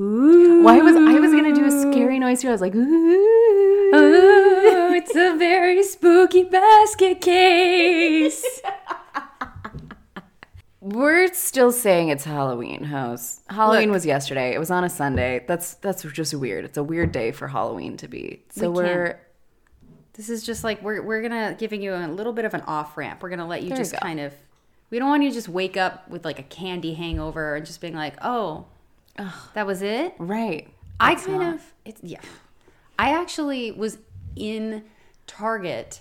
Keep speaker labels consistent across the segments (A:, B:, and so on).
A: Ooh.
B: Why was I was gonna do a scary noise too? I was like, ooh,
A: Ooh, it's a very spooky basket case.
B: We're still saying it's Halloween, house. Halloween was yesterday. It was on a Sunday. That's that's just weird. It's a weird day for Halloween to be. So
A: We
B: we
A: can't.
B: are
A: this is just like we're we're gonna giving you a little bit of an off ramp. We're gonna let you
B: There you
A: just
B: go.
A: kind of. We don't want you to just wake up with like a candy hangover and just being like, oh, that was it.
B: right.
A: I kind of it's yeah. I actually was in Target.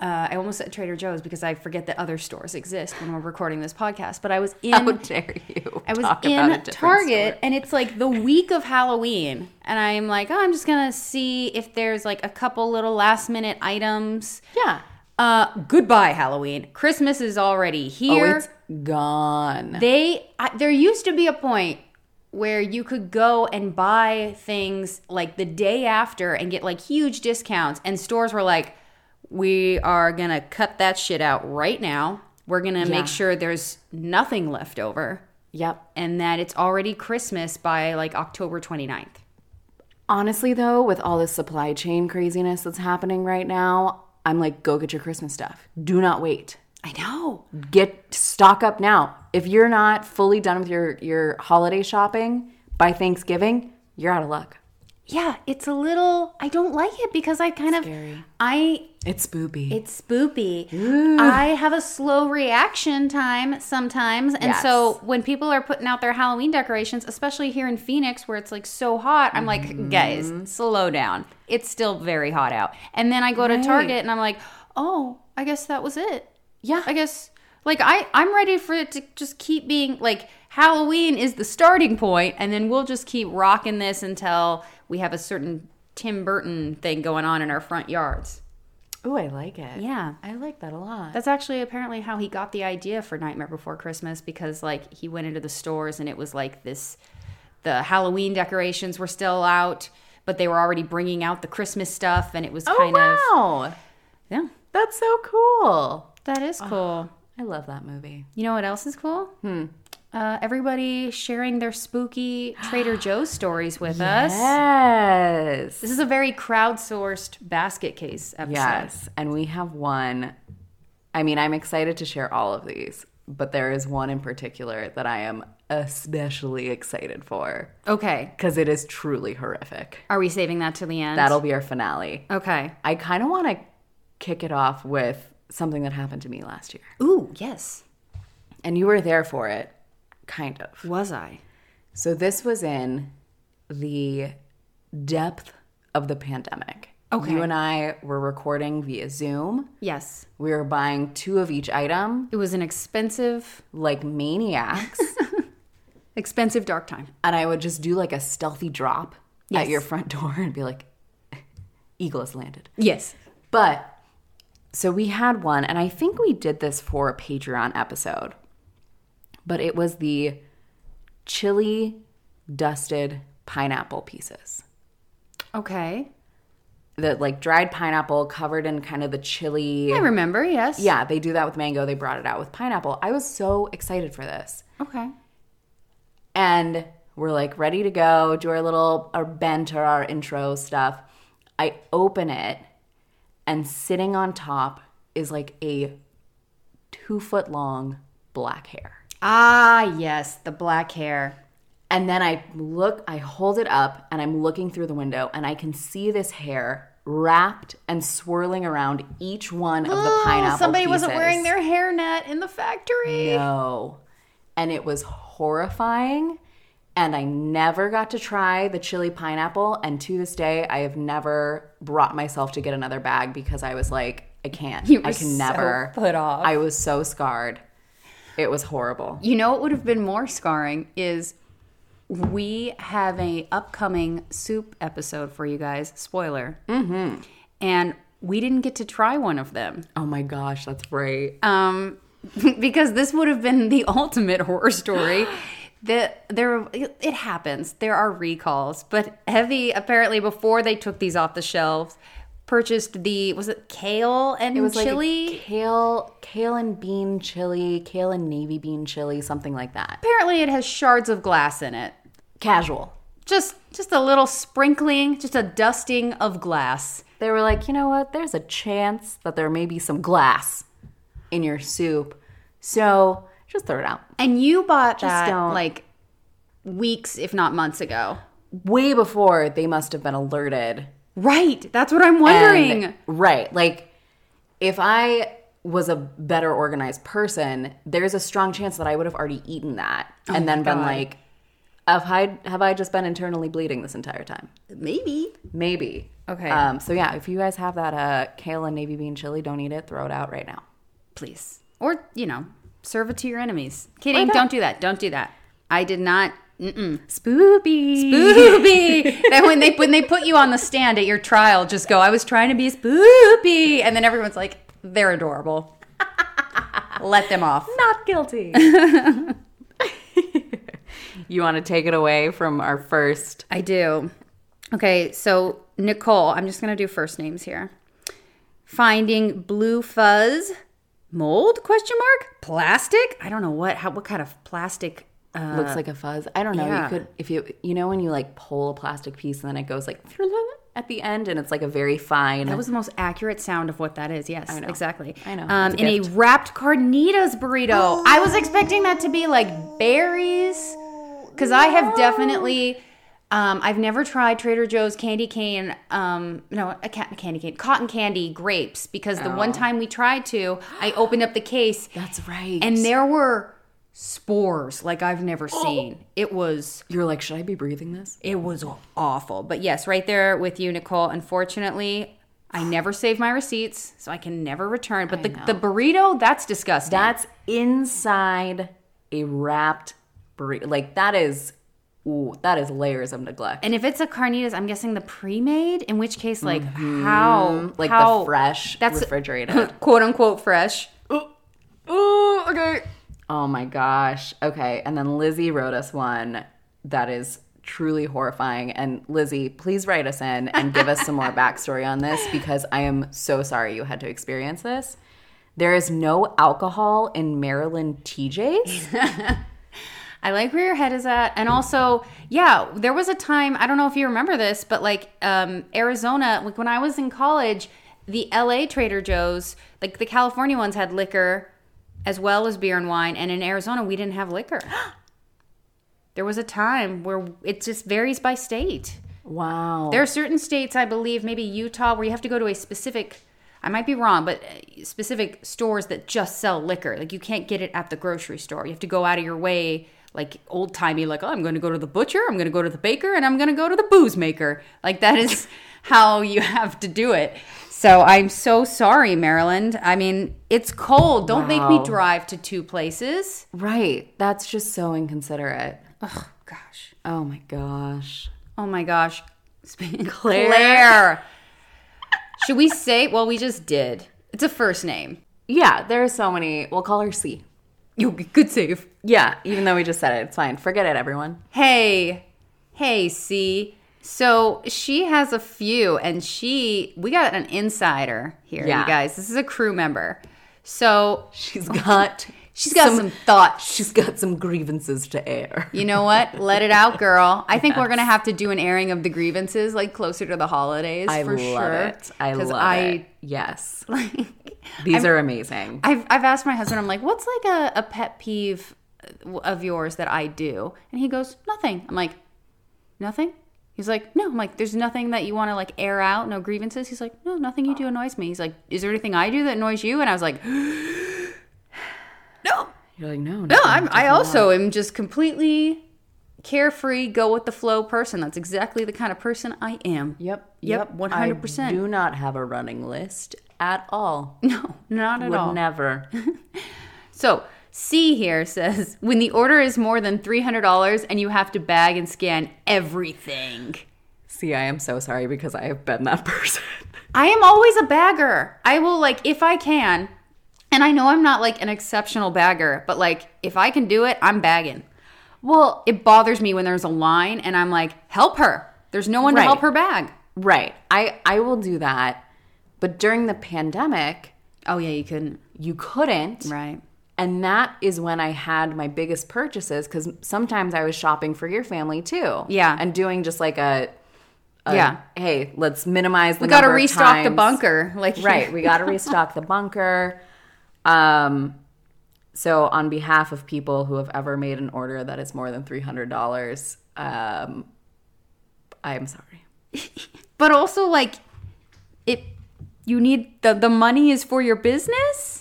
A: Uh, I almost said Trader Joe's because I forget that other stores exist when we're recording this podcast. But I was in
B: How dare you?
A: I was
B: talk about a
A: in
B: different
A: Target
B: store?
A: and it's like the week of Halloween and I'm like, oh, I'm just going to see if there's like a couple little last minute items.
B: Yeah.
A: Uh goodbye Halloween. Christmas is already
B: Oh,
A: here.
B: it's gone.
A: they I, there used to be a point where you could go and buy things like the day after and get like huge discounts and stores were like we are going to cut that shit out right now. We're going to
B: Yeah.
A: make sure there's nothing left over
B: yep.
A: and that it's already Christmas by like October 29th.
B: Honestly, though, with all this supply chain craziness that's happening right now, I'm like, go get your Christmas stuff. Do not wait.
A: I know.
B: Get stock up now. If you're not fully done with your your holiday shopping by Thanksgiving, you're out of luck.
A: Yeah, it's a little I don't like it because I kind of
B: Scary.
A: I
B: It's spoopy.
A: it's spoopy. I have a slow reaction time sometimes. And
B: Yes.
A: so when people are putting out their Halloween decorations, especially here in Phoenix where it's like so hot, I'm
B: Mm-hmm.
A: like, guys, slow down. It's still very hot out. And then I go to Target and I'm like, "Oh, I guess that was it."
B: yeah.
A: I guess like I I'm ready for it to just keep being like Halloween is the starting point and then we'll just keep rocking this until we have a certain Tim Burton thing going on in our front yards.
B: Ooh, I like it.
A: Yeah.
B: I like that a lot.
A: That's actually apparently how he got the idea for Nightmare Before Christmas because like he went into the stores and it was like this the Halloween decorations were still out but they were already bringing out the Christmas stuff and it was kind of
B: Oh, wow.
A: yeah
B: That's so cool.
A: that is cool.
B: I love that movie.
A: You know what else is cool?
B: Hmm.
A: Uh, everybody sharing their spooky Trader Joe's stories with us.
B: Yes.
A: This is a very crowdsourced basket case episode.
B: Yes. And we have one. I mean, I'm excited to share all of these, but there is one in particular that I am especially excited for
A: Okay.
B: because it is truly horrific.
A: Are we saving that to the end?
B: That'll be our finale.
A: Okay.
B: I kind of want to kick it off with something that happened to me last year.
A: Ooh, yes.
B: And you were there for it, kind of.
A: Was I?
B: So this was in the depth of the pandemic.
A: Okay.
B: You and I were recording via Zoom.
A: Yes.
B: We were buying two of each item
A: It was an expensive,
B: like maniacs.
A: expensive dark time.
B: and I would just do like a stealthy drop
A: Yes.
B: at your front door and be like, Eagle has landed.
A: Yes.
B: But so we had one, and I think we did this for a Patreon episode, but it was the chili dusted pineapple pieces.
A: Okay.
B: The like dried pineapple covered in kind of the chili.
A: I remember. Yes.
B: Yeah, they do that with mango. They brought it out with pineapple. I was so excited for this.
A: Okay.
B: and we're like ready to go, do our little our bent or our intro stuff. I open it, and sitting on top is like a two foot long black hair.
A: Ah, yes. The black hair.
B: And then I look, I hold it up, and I'm looking through the window, and I can see this hair wrapped and swirling around each one of the
A: Ooh,
B: pineapple.
A: Oh, Somebody wasn't
B: pieces.
A: wearing their hairnet in the factory.
B: No. And it was horrifying. And I never got to try the chili pineapple. And to this day, I have never brought myself to get another bag because I was like, I can't.
A: You were
B: I can
A: so
B: never.
A: put off.
B: I was so scarred. It was horrible.
A: You know what would have been more scarring is we have a upcoming soup episode for you guys. Spoiler. Mm-hmm. And we didn't get to try one of them
B: Oh my gosh, that's right.
A: um, because this would have been the ultimate horror story. That there, it happens. There are recalls, but Heavy apparently before they took these off the shelves, purchased the was it kale and
B: It was like a
A: chili.
B: kale, kale and bean chili, kale and navy bean chili, something like that.
A: apparently, it has shards of glass in it.
B: Casual.
A: Just just a little sprinkling, just a dusting of glass.
B: They were like, you know what? There's a chance that there may be some glass in your soup. So just throw it out.
A: And you bought that
B: don't.
A: like weeks, if not months ago.
B: Way before they must have been alerted.
A: Right. That's what I'm
B: And-
A: wondering.
B: right. Like, if I was a better organized person, there's a strong chance that I would have already eaten that and then been
A: Oh God.
B: like, have I, have I just been internally bleeding this entire time?
A: Maybe.
B: Maybe.
A: Okay.
B: Um, so, yeah, if you guys have that uh, kale and navy bean chili, don't eat it. Throw it out right now.
A: Please. Or, you know, serve it to your enemies. Kidding.
B: not?
A: Don't do that. Don't do that. I did not. Mm-mm.
B: Spoopy.
A: Spoopy. that when they when they put you on the stand at your trial, just go. I was trying to be spoopy, and then everyone's like, they're adorable. Let them off.
B: Not guilty. you want to take it away from our first.
A: I do. Okay, so Nicole, I'm just gonna do first names here. Finding blue fuzz mold question mark plastic. I don't know what how what kind of plastic. Uh,
B: looks like a fuzz. I don't know.
A: yeah.
B: You could, if you, you know, when you like pull a plastic piece and then it goes like at the end and it's like a very fine.
A: that was the most accurate sound of what that is. Yes, exactly.
B: I know.
A: Um,
B: It's a
A: in a wrapped carnitas burrito. I was expecting that to be like berries, because I have definitely. Um, I've never tried Trader Joe's candy cane. Um, no, a ca- candy cane, cotton candy grapes. Because the
B: Oh.
A: one time we tried to, I opened up the case,
B: That's right.
A: and
B: And
A: there were spores like I've never seen. It was
B: you're like, should I be breathing this?
A: it was awful. But yes, right there with you, Nicole. Unfortunately, I never save my receipts, so I can never return. But the, the burrito, that's disgusting.
B: That's inside a wrapped burrito. Like that is, ooh, that is layers of neglect.
A: and if it's a carnitas, I'm guessing the pre-made. In which case, like how,
B: Mm-hmm. like
A: how
B: the fresh,
A: that's-
B: refrigerated.
A: quote unquote fresh.
B: Ooh, okay. Oh my gosh. Okay. And then Lizzie wrote us one that is truly horrifying. And Lizzie, please write us in and give us some more backstory on this because I am so sorry you had to experience this. There is no alcohol in Maryland TJ's.
A: I like where your head is at. And also, yeah, there was a time, I don't know if you remember this, but like um, Arizona, like when I was in college, the LA Trader Joe's, like the California ones had liquor as well as beer and wine. And in Arizona, we didn't have liquor. there was a time where it just varies by state.
B: Wow.
A: There are certain states, I believe, maybe Utah, where you have to go to a specific. I might be wrong, but uh, specific stores that just sell liquor. Like you can't get it at the grocery store. You have to go out of your way, like old timey, like, oh, I'm going to go to the butcher, I'm going to go to the baker, and I'm going to go to the booze maker. Like that is how you have to do it. So I'm so sorry, Maryland. I mean, it's cold. Don't make
B: Wow.
A: me drive to two places.
B: right. That's just so inconsiderate.
A: Oh, gosh.
B: Oh my gosh.
A: Oh my gosh. Sp-
B: Claire.
A: Claire. Should we say? Well, we just did. It's a first name.
B: Yeah, there are so many. We'll call her C.
A: You good save.
B: Yeah, even though we just said it, it's fine. Forget it, everyone.
A: Hey. Hey, C. So she has a few, and she, we got an insider here,
B: Yeah.
A: you guys. This is a crew member. So
B: She's got
A: Oh. she's got some, thoughts.
B: She's got some grievances to air.
A: You know what? Let it out, girl. I think we're gonna have to do an airing of the grievances like closer to the holidays
B: I
A: for
B: love
A: sure.
B: it. I
A: 'Cause
B: love
A: I,
B: it. Yes.
A: Like,
B: These are amazing.
A: I've, I've asked my husband, I'm like, what's like a, a pet peeve uh, of yours that I do? And he goes, nothing. I'm like, nothing? He's like, no. I'm like, there's nothing that you want to like air out, no grievances? He's like, no, nothing you do annoys me. He's like, is there anything I do that annoys you? And I was like, no,
B: You're like, no,
A: no, I'm, I also am just completely carefree, go with the flow person. That's exactly the kind of person I am.
B: Yep.
A: Yep,
B: I
A: 100%.
B: do not have a running list at all.
A: No, not at
B: Would
A: all.
B: never.
A: So C here says when the order is more than three hundred dollars and you have to bag and scan everything.
B: See, I am so sorry because I have been that person.
A: I am always a bagger. I will like if I can, and I know I'm not like an exceptional bagger, but like if I can do it, I'm bagging.
B: Well,
A: It bothers me when there's a line and I'm like, help her. There's no one
B: Right.
A: to help her bag.
B: right. I I will do that, but during the pandemic,
A: Oh yeah, you couldn't.
B: you couldn't.
A: Right.
B: And that is when I had my biggest purchases because sometimes I was shopping for your family too.
A: Yeah.
B: And doing just like a, a
A: Yeah.
B: hey, let's minimize the
A: We got to
B: number of
A: restock the
B: times-
A: bunker. Like
B: Right. We got to restock the bunker. Um, so, on behalf of people who have ever made an order that is more than $300, um, I'm sorry.
A: but also like it. You need the the money is for your business.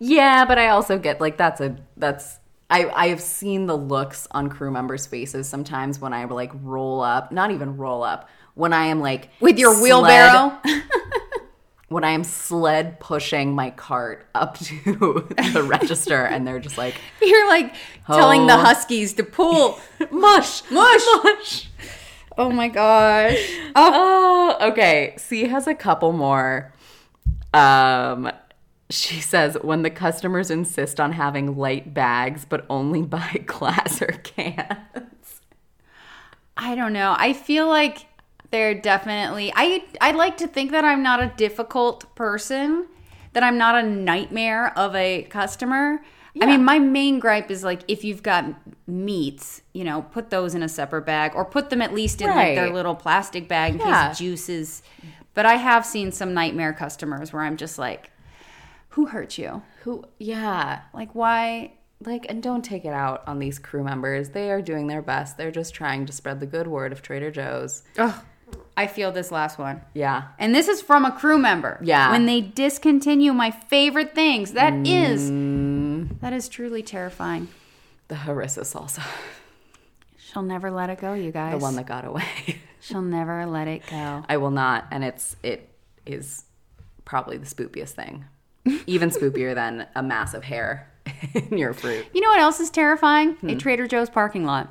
B: Yeah, but I also get like that's a that's I I have seen the looks on crew members' faces sometimes when I like roll up, not even roll up, when I am like
A: With your
B: sled-
A: wheelbarrow?
B: when I am sled pushing my cart up to the register and they're just like
A: You're like telling the
B: Oh.
A: huskies to pull.
B: mush
A: Mush. oh my gosh.
B: Oh, okay. C has a couple more. Um, she says when the customers insist on having light bags, but only buy glass or can.
A: I don't know. I feel like they're definitely I I like to think that I'm not a difficult person, that I'm not a nightmare of a customer. I mean, my main gripe is like if you've got meats, you know, put those in a separate bag or put them at least in like their
B: Right.
A: little plastic bag in
B: Yeah.
A: case juices. But I have seen some nightmare customers where I'm just like, who hurt you?
B: Who? Yeah,
A: Like why?
B: like and don't take it out on these crew members. They are doing their best. They're just trying to spread the good word of Trader Joe's.
A: Ugh, I feel this last one.
B: Yeah.
A: And this is from a crew member.
B: Yeah.
A: When they discontinue my favorite things. that is
B: Mm.
A: that is truly terrifying.
B: The harissa salsa,
A: She'll never let it go, you guys.
B: the one that got away.
A: She'll never let it go.
B: I will not, and it's it is probably the spoopiest thing, even spoopier than a mass of hair in your fruit.
A: You know what else is terrifying? A
B: Hmm.
A: Trader Joe's parking lot.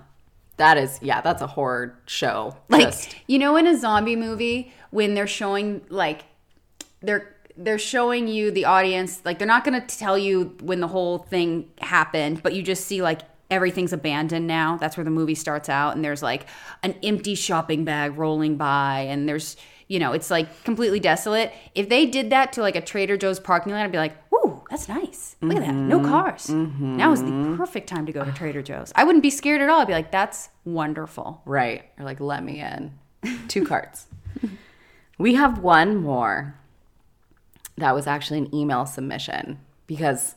B: That is, yeah, that's a horror show.
A: Like
B: Just-
A: you know in a zombie movie when they're showing like they're they're showing you the audience like they're not going to tell you when the whole thing happened, but you just see like everything's abandoned now. That's where the movie starts out and there's like an empty shopping bag rolling by and there's you know, it's like completely desolate. If they did that to like a Trader Joe's parking lot, I'd be like, "Ooh, that's nice. Look at that. No cars. Now is the perfect time to go to Trader Joe's." I wouldn't be scared at all. I'd be like, "That's wonderful."
B: right, or like let me in. Two carts. we have one more. That was actually an email submission because,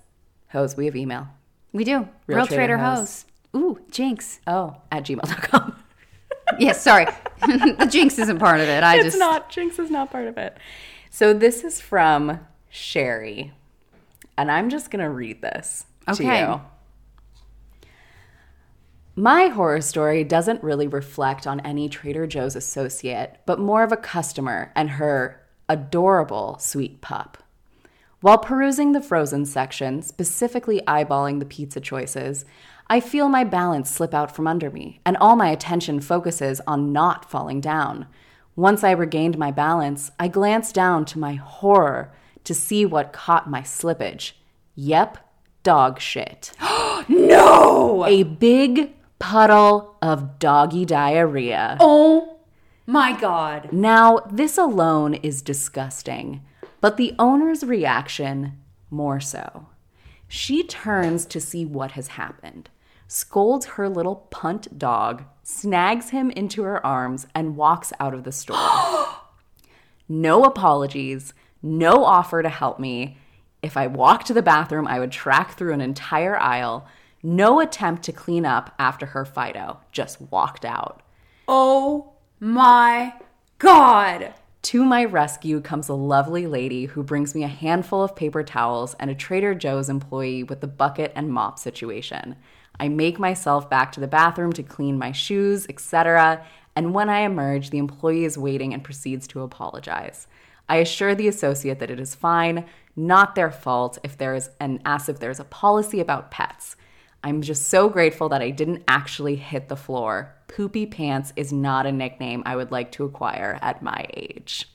B: hoes, we have email.
A: We do. Real, Trader, Hoes. Ooh, Jinx.
B: Oh, at gmail.com.
A: Yes, sorry. the Jinx isn't part of it. I
B: it's
A: just
B: not jinx is not part of it so this is from sherry and i'm just gonna read this
A: Okay.
B: to you my horror story doesn't really reflect on any Trader Joe's associate, but more of a customer and her adorable sweet pup. While perusing the frozen section, specifically eyeballing the pizza choices, I feel my balance slip out from under me, and all my attention focuses on not falling down. Once I regained my balance, I glanced down to my horror to see what caught my slippage. Yep, dog shit.
A: No.
B: A big puddle of doggy diarrhea.
A: Oh my god.
B: Now, this alone is disgusting, but the owner's reaction more so. She turns to see what has happened, scolds her little punt dog, snags him into her arms, and walks out of the store. no apologies, no offer to help me. If I walked to the bathroom, I would track through an entire aisle. No attempt to clean up after her Fido, just walked out.
A: Oh my god.
B: To my rescue comes a lovely lady who brings me a handful of paper towels and a Trader Joe's employee with the bucket and mop situation. I make myself back to the bathroom to clean my shoes, etc., and when I emerge, the employee is waiting and proceeds to apologize. I assure the associate that it is fine, not their fault if there is and asks if there's a policy about pets. I'm just so grateful that I didn't actually hit the floor. Poopy pants is not a nickname I would like to acquire at my age.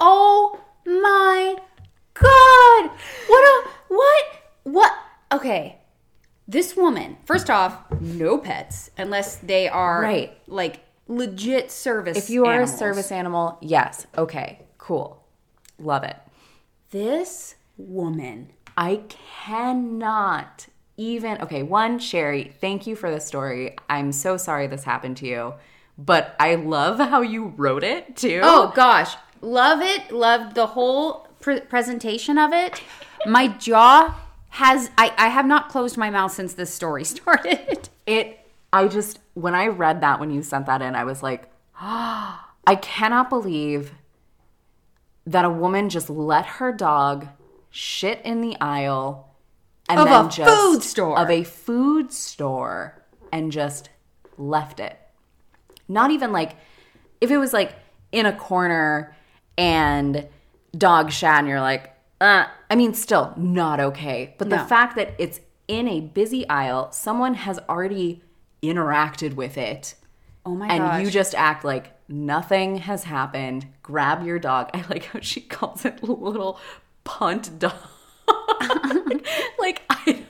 A: Oh my god. What a what what okay. This woman, first off, no pets unless they are
B: Right.
A: like legit service.
B: If you are
A: animals.
B: a service animal, yes, okay, cool. Love it.
A: this woman
B: I cannot even. Okay, one, Sherry, thank you for the story. I'm so sorry this happened to you, but I love how you wrote it too.
A: Oh gosh, love it. Loved the whole pre- presentation of it. My jaw has I, I have not closed my mouth since this story started.
B: It, I just, when I read that, when you sent that in, I was like, I cannot believe that a woman just let her dog shit in the aisle and
A: Of
B: then
A: a
B: just
A: food store.
B: of a food store and just left it. Not even like if it was like in a corner and dog shat and you're like, uh, I mean, still not okay. But the
A: No.
B: fact that it's in a busy aisle, someone has already interacted with it
A: Oh my
B: and
A: gosh.
B: you just act like nothing has happened. Grab your dog. I like how she calls it little punt dog. like I don't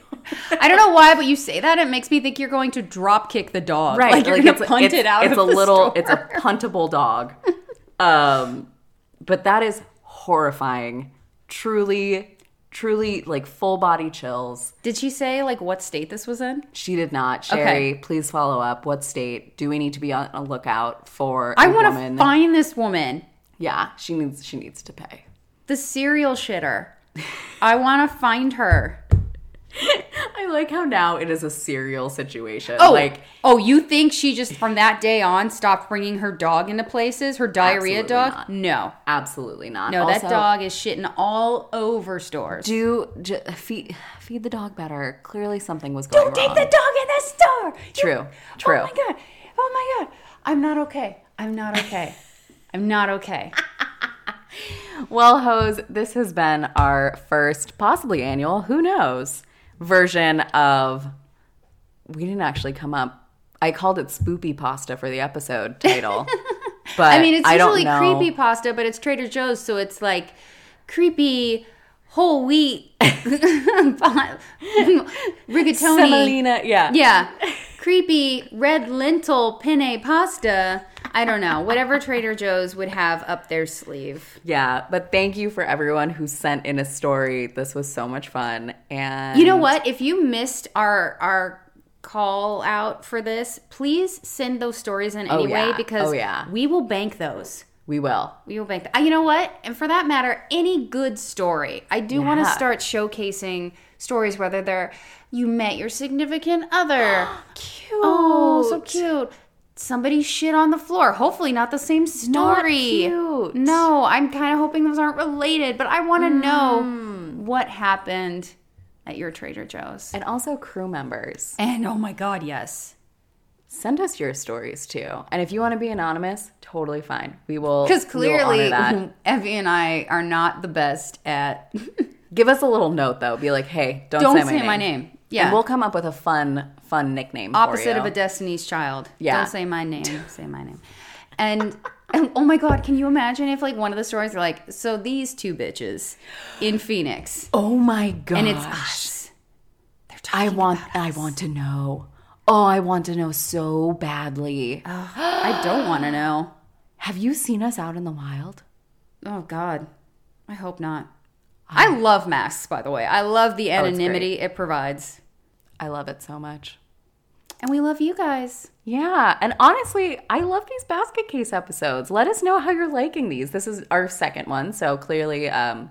A: I don't know why, but you say that it makes me think you're going to drop kick the dog.
B: right.
A: like you're going to
B: it's-
A: punt
B: it's-
A: it out.
B: It's
A: of
B: a
A: the
B: little.
A: store.
B: It's a puntable dog. um, but that is horrifying. Truly, truly, like full body chills.
A: Did she say like what state this was in?
B: She did not. Sherry, please follow up. What state do we need to be on a lookout for? I
A: I want to find this woman,
B: Yeah, she needs. She needs to pay.
A: the serial shitter. I want to find her.
B: I like how now it is a serial situation.
A: Oh,
B: like
A: oh, you think she just from that day on stopped bringing her dog into places? Her diarrhea
B: Absolutely
A: dog?
B: not.
A: No,
B: absolutely not.
A: no,
B: Also,
A: that dog is shitting all over stores.
B: do j- feed feed the dog better. Clearly something was going
A: Don't take
B: wrong.
A: the dog in the store. You-
B: True, true.
A: Oh my god. Oh my god. I'm not okay. I'm not okay. I'm not okay.
B: well, hoes, this has been our first, possibly annual, who knows, version of. We didn't actually come up. I called it spoopy pasta for the episode title, but
A: I mean, it's
B: I
A: usually
B: don't know.
A: creepy pasta, but it's Trader Joe's, so it's like creepy whole wheat rigatoni.
B: Semolina, yeah,
A: Yeah. creepy red lentil penne pasta. I don't know. Whatever Trader Joe's would have up their sleeve.
B: Yeah, but thank you for everyone who sent in a story. This was so much fun. And
A: You know what? If you missed our our call out for this, please send those stories in anyway
B: yeah.
A: because
B: Oh, yeah.
A: we will bank those.
B: we will.
A: We will bank. Th- Uh, you know what? And for that matter, any good story. I do want to
B: Yeah.
A: start showcasing stories, whether they're you met your significant other.
B: Cute.
A: oh, so cute. Somebody shit on the floor. Hopefully, not the same story.
B: cute. Mm.
A: No, I'm kind of hoping those aren't related, but I want to know what happened at your Trader Joe's.
B: And also crew members.
A: And oh my God, yes.
B: Send us your stories too. And if you want to be anonymous, totally fine. We will
A: Because
B: we will honor
A: clearly,
B: that.
A: Evie and I are not the best at.
B: Give us a little note though. Be like, hey, don't,
A: Don't
B: say, my, name.
A: Yeah.
B: And we'll come up with a fun, fun nickname. for
A: opposite
B: you.
A: of a Destiny's Child.
B: Yeah.
A: Don't say my name. say my name. And, and oh my God, can you imagine if like one of the stories are like, so these two bitches in Phoenix
B: Oh my god.
A: and it's us. They're
B: I
A: talking.
B: want I want to know. Oh, I want to know so badly.
A: Oh. I don't want to know.
B: Have you seen us out in the wild?
A: Oh God, I hope not. I love masks, by the way. I love the
B: Oh, it's great.
A: anonymity it provides,
B: I love it so much.
A: and we love you guys.
B: Yeah, and honestly, I love these basket case episodes. Let us know how you're liking these. This is our second one, so clearly um,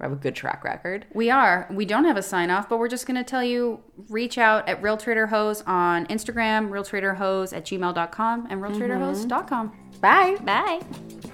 B: we have a good track record.
A: We are. We don't have a sign off, but we're just going to tell you reach out at Real Trader Hose on
B: Mm-hmm.
A: Instagram, realtraderhose at gmail.com, and realtraderhose.com.
B: Bye. Bye.